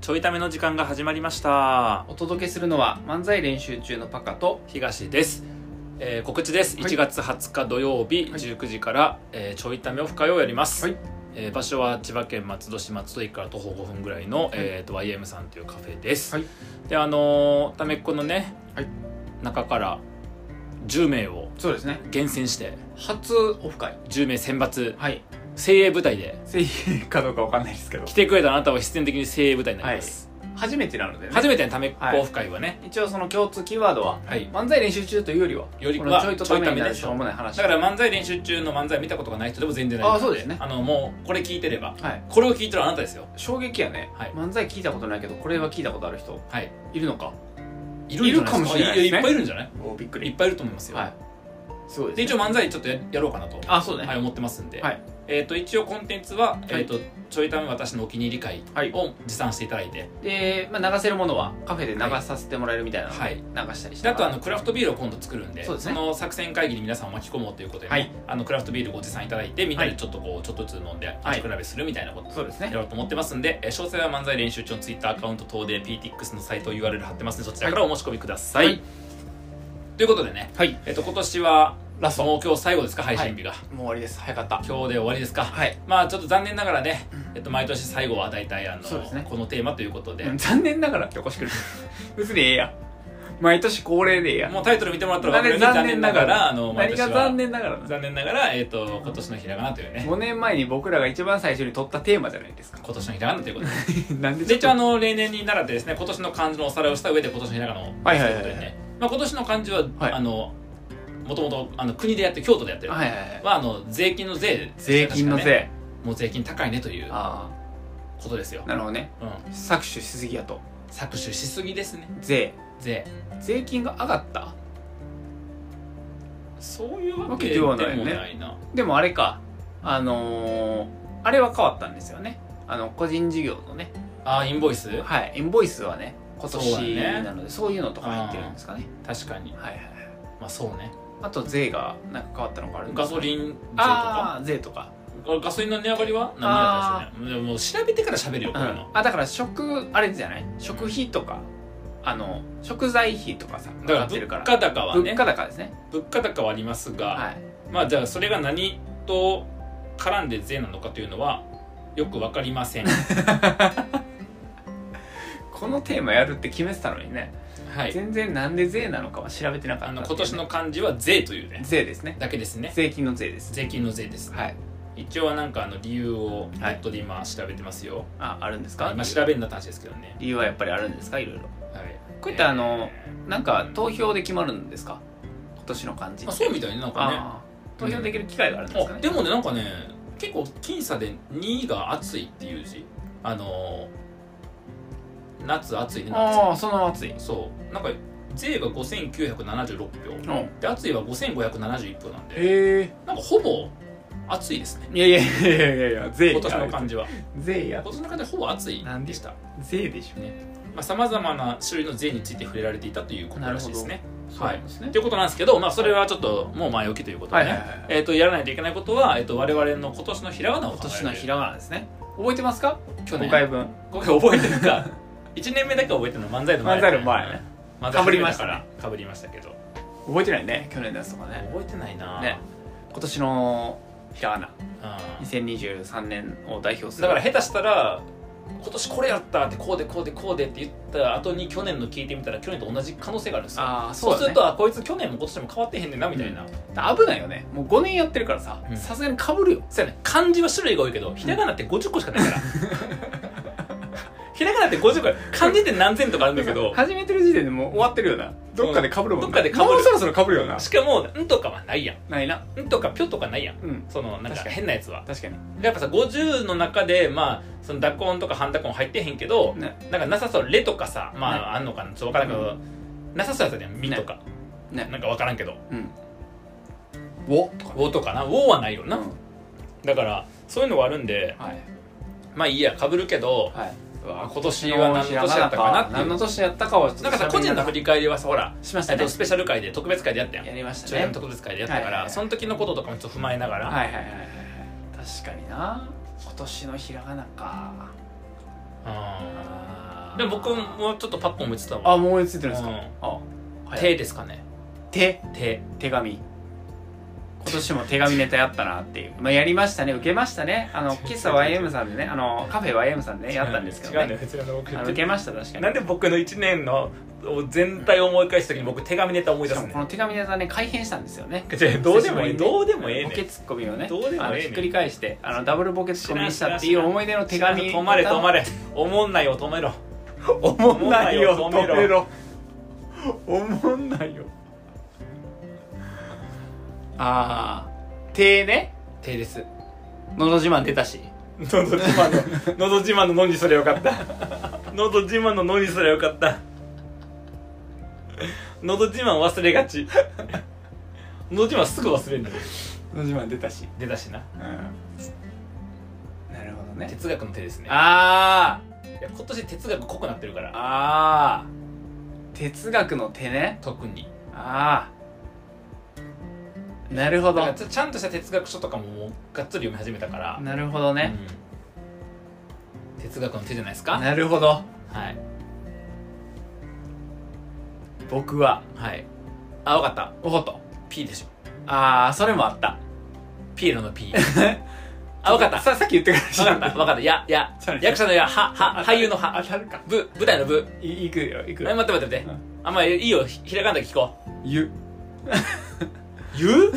ちょいための時間が始まりましたお届けするのは漫才練習中のパカと東です、えー告知です、はい1月20日土曜日はい19時から、えーちょいためオフ会をやります、はいえー場所は千葉県松戸市松戸駅から徒歩5分ぐらいの、えー、と YM さんというカフェです、はいであのーためっ子のね、はい中から10名をそうですね厳選して初オフ会10名選抜はい精鋭部隊で正義かどうかわかんないですけど来てくれたあなたは必然的に精鋭部隊になります、初めてなのでね初めてのためっ子オフ会はね、一応その共通キーワードははい漫才練習中というよりはよりこはのちょいとためにちなょいためでるしょうもない話だから漫才練習中の漫才見たことがない人でも全然大丈夫あそうですねあのもうこれ聞いてればはいこれを聞いてるあなたですよ衝撃やね、はい漫才聞いたことないけどこれは聞いたことある人はいいるのかいるんじゃないですかるかもしれないですねいやいっぱいいるんじゃないおびっくいっぱいいると思いますよ、はいすごいでです、一ね、応漫才ちょっとややろうかなとあそうねはい、思ってますんで、はいえー、と一応コンテンツは、えー、とちょいため私のお気に入り会はいを持参していただいて、で、まあ、流せるものはカフェで流させてもらえるみたいなのはいで流したりしてであとあのクラフトビールを今度作るんでそうですねの作戦会議に皆さんを巻き込もうということで、はいあのクラフトビールご持参いただいてみんなではいちょっとこうちょっとずつ飲んで味比べするみたいなことそうですやねろうと思ってますんで、えー詳細は漫才練習中のツイッターアカウント等で PTX のサイト URL 貼ってますんでそちらからお申し込みください、はいということでね、はいえっと今年はラストももう今日最後ですか配信日が、う終わりです早かった今日で終わりですか、はいまあちょっと残念ながらねうん、えっと、毎年最後は大体あの、そうですねこのテーマということで、うん残念ながらっておか しくない別にええや毎年恒例でええやもうタイトル見てもらったら分かるように残残念念ななががららあの毎何年がは残念ながらな残念ながら、えっと今年のひらがなというね5年前に僕らが一番最初に取ったテーマじゃないですか今年のひらがなということで なんででちょっ一応あの例年に習ってですね今年の漢字のおさらいをした上で今年のひらがなをということはいではいはいはいねまあ今年の漢字は、はいあのもともとあの国でやってる京都でやってとる、はいはいはいまあ、あの税金の税ですね税金の確かねせいもう税金高いねというあことですよあ、なるほどねうん、搾取しすぎやと搾取しすぎですね税税税金が上がったそういうわわけでけでもはなないいなよねでもあれかあのーあれは変わったんですよねあの個人事業のねああインボイスはいインボイスはね今そう年だねなのでそう,、いうのとか入ってるんですかね確かにはいはいはいまあそうねあと税がなんか変わったのがあるんでガすかソリン税とあかあ税とか、ガソリンの値上がりは何やったんですかねもう調べてから喋るようこういうのん、あだから食あれじゃない食費とかあの食材費とかさだか上がらってる物から価高はね物価高ですね物価高はありますが、はいまあじゃあそれが何と絡んで税なのかというのはよくわかりません このテーマやるって決めてたのにね、はい全然なんで税なのかは調べてなかったあんでのね今年の漢字は税というね税ですねだけですね税金の税です税金の税です、はい一応はなんかあの理由をネットで今調べてますよ、ああるんですか今調べになった話ですけどね、理由はやっぱりあるんですかいろいろはい、こういったあのえなんか投票で決まるんですか今年の漢字ーあそうみたいねなんかねあー投票できる機会があるんですかあねでもねなんかね結構僅差で2が暑いっていう字あのー夏暑いね夏ああその暑いそうなんか税が5976票うんへで暑いは5571票なんでえなんかほぼ暑いですね。いやいやいやいやいや税今年の感じは。税や今年の感じはほぼ暑いでした。税でしまあ、さまざまな種類の税について触れられていたということらしいですね。ょはい。ですということなんですけど、まあ、それはちょっともう前置きということはでいね。はいはいえっ、と、やらないといけないことは、えっ、と、我々の今年のひらがなを今考える年のひらがなですね覚えてますか去年5回分今回覚えてる か。1年目だけ覚えてるの漫才の前漫才の前ね。漫才かぶりましたねから。かぶりましたけど。覚えてないね去年のやつとかね覚えてないなぁね今年のひらがなうん2023年を代表すだかるら下手したら今年これやったってこうでこうでこうでって言った後に去年の聞いてみたら去年と同じ可能性があるんですよああそう,、そすうだるねとあこいつ去年も今年も変わってへんねんなみたいな、危ないよねもう5年やってるからさうんさすがにかぶるよそうやね漢字は種類が多いけどひらがなって50個しかないからひらがなって50個漢字って何千とかあるんだけど始めてる時点でもう終わってるよなどっかでかぶるもんなどっかで被るもうそろそろかぶるよなしかも「ん」とかはないやないな「んん」とか「ぴょ」とかないやんうんそのなんか確かに変なやつは確かにやっぱさ50の中でまあその濁音とか半濁音入ってへんけど、ねなんかなさそう「レ」とかさまあ、ねあんのかなちょっと分からんけど、なさそうやつやね「み」とか、ねねなんか分からんけどうんおと「かお」とかな「お」はないよな、うんだからそういうのがあるんではいまあいいやかぶるけどはいうわ今年は何の年やったかなっていう何の年やったかはちょっとなんかさ個人の振り返りはさほら、しましえたっねと、スペシャル回で特別会でやったやんやりましたちょいねの特別会でやったから、はいはいはいその時のこととかもちょっと踏まえながら、はいはいはいはいはい確かにな今年のひらがなかうんあでも僕もうちょっとパッと思いついたわあもう思いついてるんですか、うんあはい手ですかね手手手紙今年も手紙ネタやったなっていう、まあ、やりましたね受けましたねあの 喫茶 YM さんでねあのカフェ YM さんでねやったんですけど、違ね、うんだよ別にあの僕あの受けました確かになんで僕の1年の全体を思い返す時に僕手紙ネタ思いし出かすもね この手紙ネタね改変したんですよねじゃ あどうでもいい久しぶりにねどうでもええねんボケツッコミをねどうでもええねんあのひっくり返してあのダブルボケツッコミにしたって知いら知らうんん思い出の手紙ネタ止まれ止まれおもんないを止めろおもんないよおもんないよ止めろおもんないよあー手ね手です「のど自慢」出たしのど自 慢ののど自慢ののにすればよかったのど自慢ののにすればよかったのど自慢忘れがちのど自慢すぐ忘れるの「のど自慢」出たし出だしなうんなるほどね哲学の手ですねあーいや今年哲学濃くなってるからあー哲学の手ね特にああなるほだからどちちゃんとした哲学書とかももうがっつり読み始めたから、なるほどね、うん哲学の手じゃないですかなるほどはい僕ははいあ分かったおこと P でしょああそれもあったピエロの P あ分かったささっき言ってから分かった分かったいやいやそうです役者のやはは俳優のは当たるかぶ舞台のぶいいくよいくえ待よって待って待ってうんあんまあいいよひひらがなで聞こうゆ言う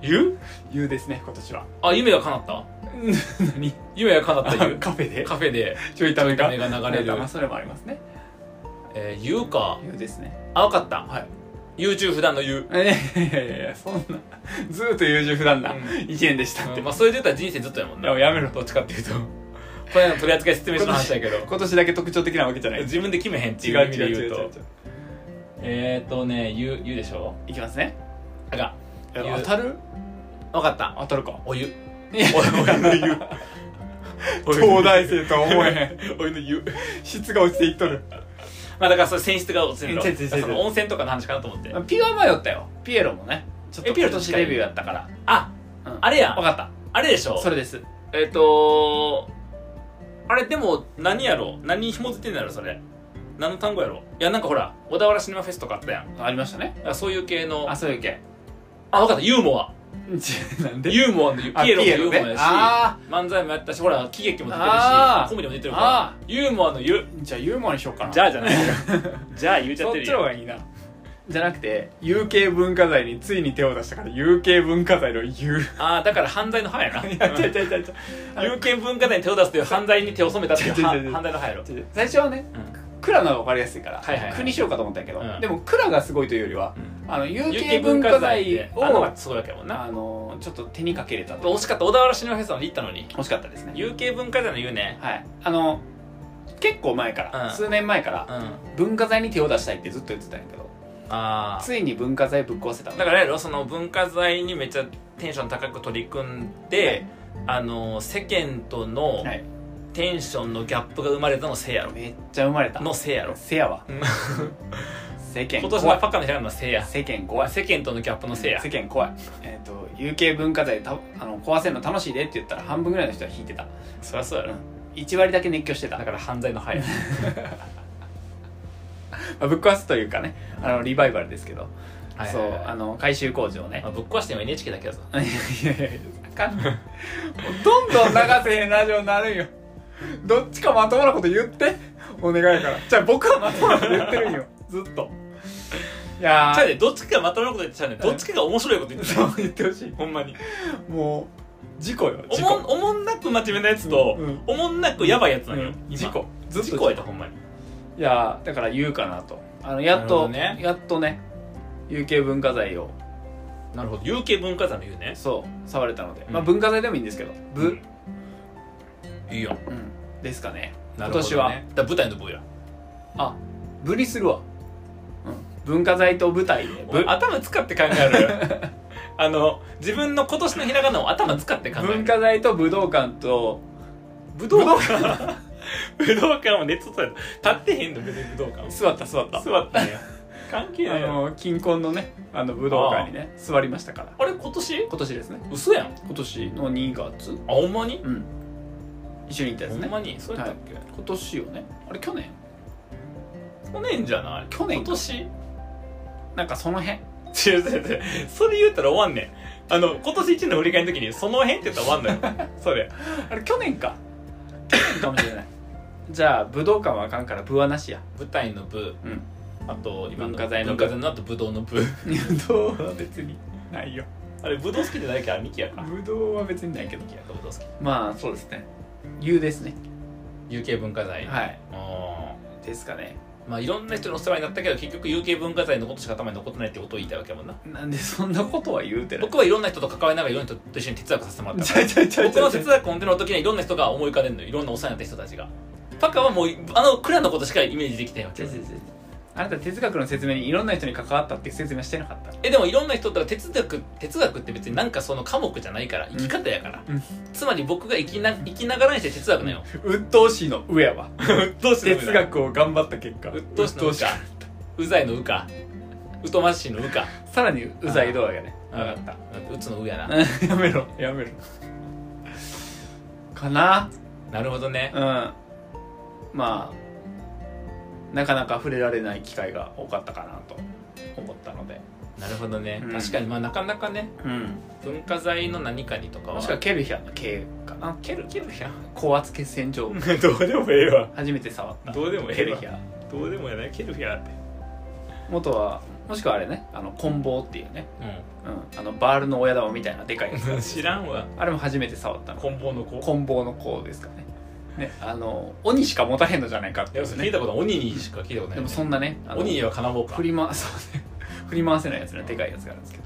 言うゆうですね今年はあ夢が叶った 何夢が叶った言うカフェでカフェで、ちょいためがちょいためが流れるまあそれもありますねえー、言うかゆうですねあ分かった、はい、 YouTube 普段の言う いやいやいやいやそんなずーっと優柔不断なうん意見でしたってうんまあそれで言ったら人生ずっとやもんでもなやめろどっちかっていうとこれの取り扱い説明書の話やけど今年だけ特徴的なわけじゃない自分で決めへんって違いうう意違味うで違言うう違うとえーとね言う言うでしょいきますねあがえゆう当たる分かった当たるかお湯いやお湯 の湯東大生とは思え お湯の湯へん質が落ちていっとる まあだからそれ選出が落ちるの違う違う違うその温泉とかの話かなと思ってピは迷ったよピエロもねちょっとえピエ今ロ年近いデビューやったからあうんあれやわんかったあれでしょそれですえっとあれでも何やろ何に紐づいてんだろそれ何の単語やろいやなんかほら小田原シネマフェスとかあったやんありましたねだからそういう系のあそういう系あ分かったユーモアなん でユーモアのユあピエロもユーモアやしあ漫才もやったしほら喜劇も出てるしあーコメディも出てるあからユーモアのユじゃあユーモアにしようかなじゃあじゃない じゃあ言うちゃっそてっるちの方よがいいなじゃなくて有形文化財についに手を出したから有形文化財の 有ああだから犯罪の歯やないや違う違う違う違う有権文化財に手を出すという犯罪に手を染めたっていう違う違うは違う犯罪の犯やろ違う違う最初はね蔵の方が分かりやすいからはいはいはい句にしようかと思ったんやけどうんでも蔵がすごいというよりはあの有有形形文文化化財財ををあのがすごいわけやもんなあのちょっと手にかけれたと惜しかった小田原市のフェスなのに行ったのに惜しかったですね有形文化財の言うねはいあの結構前から、うん数年前かうんらあ文化財に手を出したいってずっと言ってたんやけどあついに文化財ぶっ壊せただからやろその文化財にめっちゃテンション高く取り組んで、あの世間とのはい、テンションのギャップが生まれたのせいやろめっちゃ生まれたのせいやろせやわうん世間今怖年のいパカの部屋のせいや世間怖い世間とのギャップのせいや世間怖いえっ、と有形文化財たあの壊せるの楽しいでって言ったら半分ぐらいの人は引いてたそりゃそうやろ1割だけ熱狂してただから犯罪の歯やまあぶっ壊すというかねあのリバイバルですけど、 はいそうあの改修工事をねまあぶっ壊しても NHK だけやぞいやいやいやあかんもうどんどん流せへんラジオになるんよどっちかまともなこと言ってお願いやからじゃあ僕はまともなこと言ってるんよずっといやちゃうーでどっちかがまともなこと言ってちゃうねんどっちかが面白いこと言ってそ たう言ってほしいほんまにもう事故よお事もん故おもんなく真面目なやつと、うんうんおもんなくやばいやつなのよ、うん今事故ずっと事故やったほんまにいやーだから言うかなとあのやっと、なるほどねやっとね有形文化財をなるほど有形文化財の言うねそう触れたので、まあうん文化財でもいいんですけど部、うんいいようんですかねなるほど、ね、今年はだから舞台の部やあ部にするわ、うん、文化財と舞台で部頭使って考え るあの自分の今年のひらがなを頭使って考える文化財と武道館と武道館武道館はネットとやった立ってへんの別に武道館 座った座った座ったんや関係あないやろの近婚のねあの武道館にね座りましたからあれ今年今年ですね嘘やんあ今年の2月ほんまにうん一緒に行ったやほつんねまにそうやったっけ、今年よねあれ去年去年じゃない去年今か年なんかその辺違う違う違うそれ言ったら終わんねんあの今年1年の振り返りの時にその辺って言ったら終わん のよそれあれ去年か去年かもしれない じゃあ武道館はあかんから部はなしや舞台の部うんあと今の文化財の部文化財のあと武道の部武道は別にないよあれ武道好きじゃないからミキやか武道は別にないけどミキやか武道好きまあそうですね言うですね有形文化財はいあですかねーまあいろんな人にお世話になったけど結局有形文化財のことしか頭に残ってないってことを言いたいわけやもんななんでそんなことは言うてない僕はいろんな人と関わりながらいろんな人と一緒に哲学させてもらったからちゃいち僕の哲学コンテナの時にはいろんな人が思い浮かべるのよいろんなお世話になった人たちがパカはもうあのクラのことしかイメージできてないわけ違う違う違うあなた哲学の説明にいろんな人に関わったって説明してなかったえでもいろんな人と哲学哲学って別になんかその科目じゃないから生き方やから、うんつまり僕が生きな生きながらにして哲学なんよ鬱陶しいの上やわ どうして哲学を頑張った結果うっとうしのうかうざいのうかうとましいのうかさらにうざいどうだけねうん分かったうつのうやな やめろやめろかななるほどねうんまあなかなか触れられない機会が多かったかなと思ったのでなるほどね、うん確かにまあなかなかねうん文化財の何かにとかはもしくはケルヒャの経かなケルケルや高圧血洗場 どうでもええわ初めて触ったどうでもええわケルヒャどうでもええねケルやって元はもしくはあれねあの棍棒っていうね、ううん、あのバールの親玉みたいなでかいやつん 知らんわあれも初めて触ったの棍棒の子棍棒の子ですかねねあの鬼しか持たへんのじゃないかっいてやいうそれ聞ねいたこと鬼にしか聞いたことないでよもねそんなねあの鬼にはかなぼうか振り回そうね振り回せないやつねでかいやつがあるんですけど、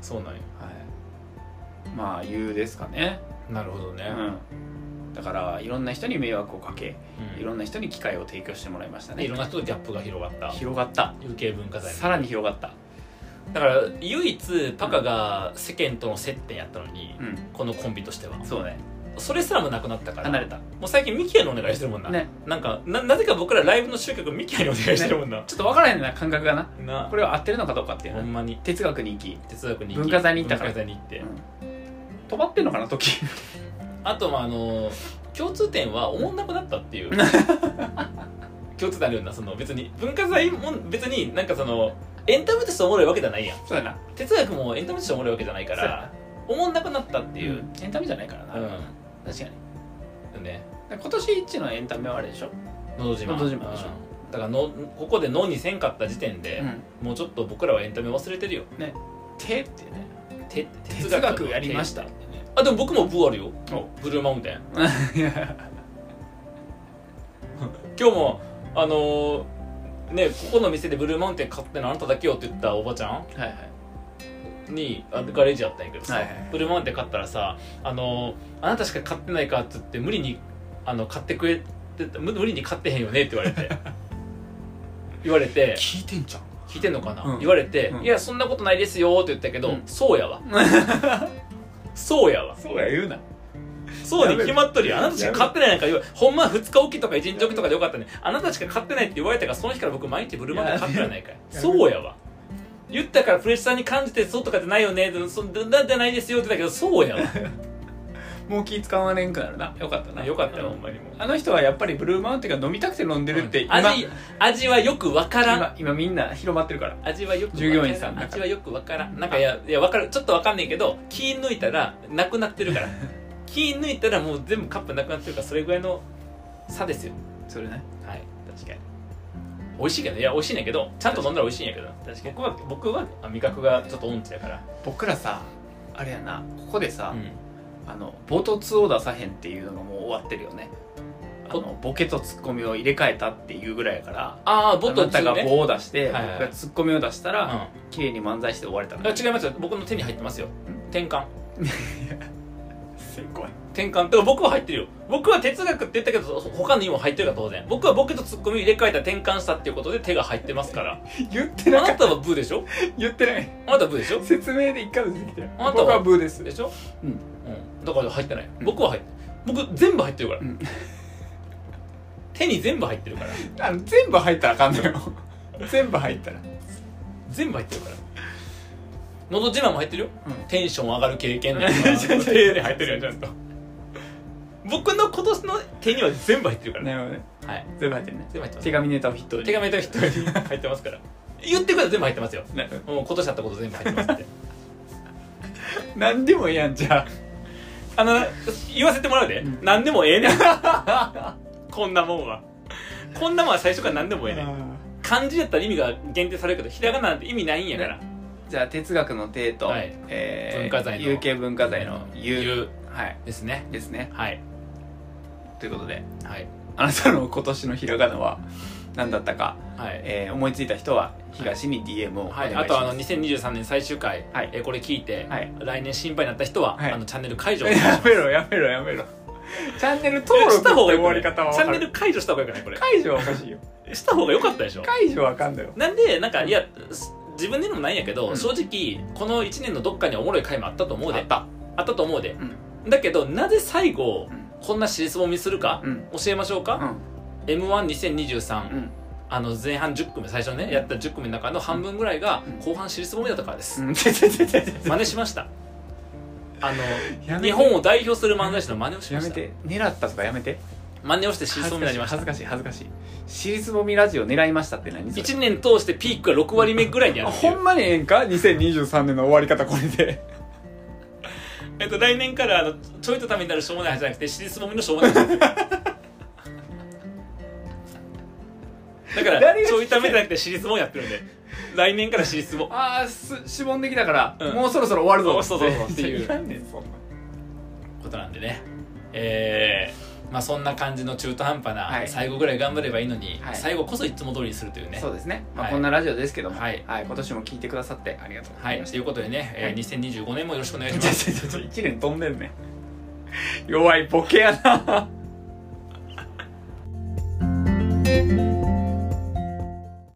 そうなんよはい、まあ言うですかね、なるほどねう、ん、だからいろんな人に迷惑をかけうんいろんな人に機会を提供してもらいましたねいろんな人とギャップが広がった広がった有形文化財さらに広がっただから唯一パカが世間との接点やったのに、うんこのコンビとしてはそうねそれすらもなくなったから離れたもう最近ミキヤにお願いしてるもんな、ねなんかななぜか僕らライブの集客ミキヤにお願いしてるもんな、ちょっと分からへんな感覚がななこれは合ってるのかどうかっていうほねんまに哲学に行き哲学に文化財に行ったから文化財に行って、止まってんのかな 時あとまああの共通点は思んなくなったって いう共通点あるようなその別に文化財も別になんかそのエンタメとしておもろいわけじゃないやんそうやな哲学もエンタメとしておもろいわけじゃないから思んなくなったってていいうう、エンタメじゃないからな、うん確かにねだから今年一のエンタメはあれでしょ、 「のど自慢」のど自慢でしょうんだからのここで「の」にせんかった時点で、もうちょっと僕らはエンタメ忘れてるよ手ってねて哲学やりましたてあでも僕もブーあるよおブルーマウンテン 今日もあのーねここの店でブルーマウンテン買ってんのあなただけよって言ったおばちゃんはいはいにあガレージやったんやけどさ、はいはいブルーマウンテン買ったらさあのーあなたしか買ってないかっつって無理にあの買ってくれてた無無理に買ってへんよねって言われて 言われて聞いてんじゃん 聞いてんのかな、うん言われて、うんいやそんなことないですよって言ったけど、うんそうやわそうやわそうや言うなそうに決まっとるよあなたしか買ってないなんか言わほんまは2日おきとか1日おきとかでよかったねあなたしか買ってないって言われたからその日から僕毎日ブルマンで買ってらないからやそうやわ言ったからプレッシャーに感じてそうとかじゃないよねでもそだじゃないですよって言ったけどそうやわもう気使わねんくなるなよかったなよかったようほんんまにもうあの人はやっぱりブルーマウンテンが飲みたくて飲んでるって今、味味はよくわからん今今みんな広まってるから味はよくわからん従業員さんだから味はよくわからんなんかいやいやわかるちょっとわかんないけど気抜いたらなくなって るから気抜いたらもう全部カップなくなってるからそれぐらいの差ですよそれねはい確かに美味しいけどいや美味しいんやけどちゃんと飲んだら美味しいんやけど確かに僕は僕はあ味覚がちょっと音痴やから僕らさあれやなここでさ、うんあのボトツを出さへんっていうのがもう終わってるよねあのボケとツッコミを入れ替えたっていうぐらいやからああボットあなたがね棒を出して、はいはいはい僕がツッコミを出したうんら、あ綺麗に漫才して終われたの違いますよ僕の手に入ってますよ転換すごい転換だから僕は入ってるよ僕は哲学って言ったけどほ他の意味も入ってるから当然僕はボケとツッコミ入れ替えた転換したっていうことで手が入ってます から言ってあなかなったはブーでしょた言ってないあなたはブーでしょ説明で一回も出てきてないあなたは僕はブーですでしょうんうん、だから入ってない、うん僕は入って僕全部入ってるから、うん 手に全部入ってるからあの全部入ったらあかんのよ全部入ったら全部入ってるからのど自慢も入ってるよ、うん テンション上がる経験のちょちょちょ手で入ってるよちゃんと僕の今年の手には全部入ってるからねなるほどねはい全部入ってるね全部入ってます手紙ネタを筆頭に手紙と人に入ってますから言ってくれたら全部入ってますよなるほどもう今年あったこと全部入ってます って何でもいいやんじゃああの言わせてもらうで、うん何でもええねん こんなもんはこんなもんは最初から何でもええねん漢字やったら意味が限定されるけどひらがななんて意味ないんやから、じゃあ哲学の帝と、はいえー文化財の有形文化財の有はいですねですねはいということではいあなたの今年のひらがなは何だったか、はいえー思いついた人は東に DM をおは願い、いします、あとあの2023年最終回、はいえーこれ聞いて、はい来年心配になった人は、はいあのチャンネル解 除やめろやめろやめろチャンネル登録っしてた方が終よわくりない方はチャ分ンかネるル解除した方がよくないこれ解除はおかしいよした方が良かったでしょ解除はあかんだよなんでなんかいやす自分で言うのもないんやけど、うん正直この1年のどっかにはおもろい回もあったと思うであったあったと思うでうんだけどなぜ最後うんこんな尻すぼみするか、うん教えましょううか、ん m 1 2 0 2 3うんあの前半10組最初ねやった10組の中の半分ぐらいがうん後半尻すぼみだったからです、うんててててて真似しま したあやのめて日本を代表する漫才師の真似をしまやしめたて狙ったとかやめて真似をして尻すぼみになりました恥ずかしい恥ずかしい尻すぼみラジオ狙いましたって何それ1年通してピークが6割目ぐらいにあるっていほうんまにええんか2023年の終わり方これでえっと、来年からあのちょいとためになるしょうもない話じゃなくて尻すぼみのしょうもない話ですだから誰がちょいためじゃなくて尻すぼみやってるんで来年から尻すぼ ああすしぼんできたから、うんもうそろそろ終わるぞそうそうそうそうっていうらんねんそんなことなんでねえーまあそんな感じの中途半端な、はい最後ぐらい頑張ればいいのに、はい最後こそいつも通りにするというねそうですね、まあはいこんなラジオですけども、ははいい今年も聞いてくださってありがとうござはいいましということでね、えーはい2025年もよろしくお願いた、し ちょまちょすちょちょ一年飛んでんね 弱いボケやな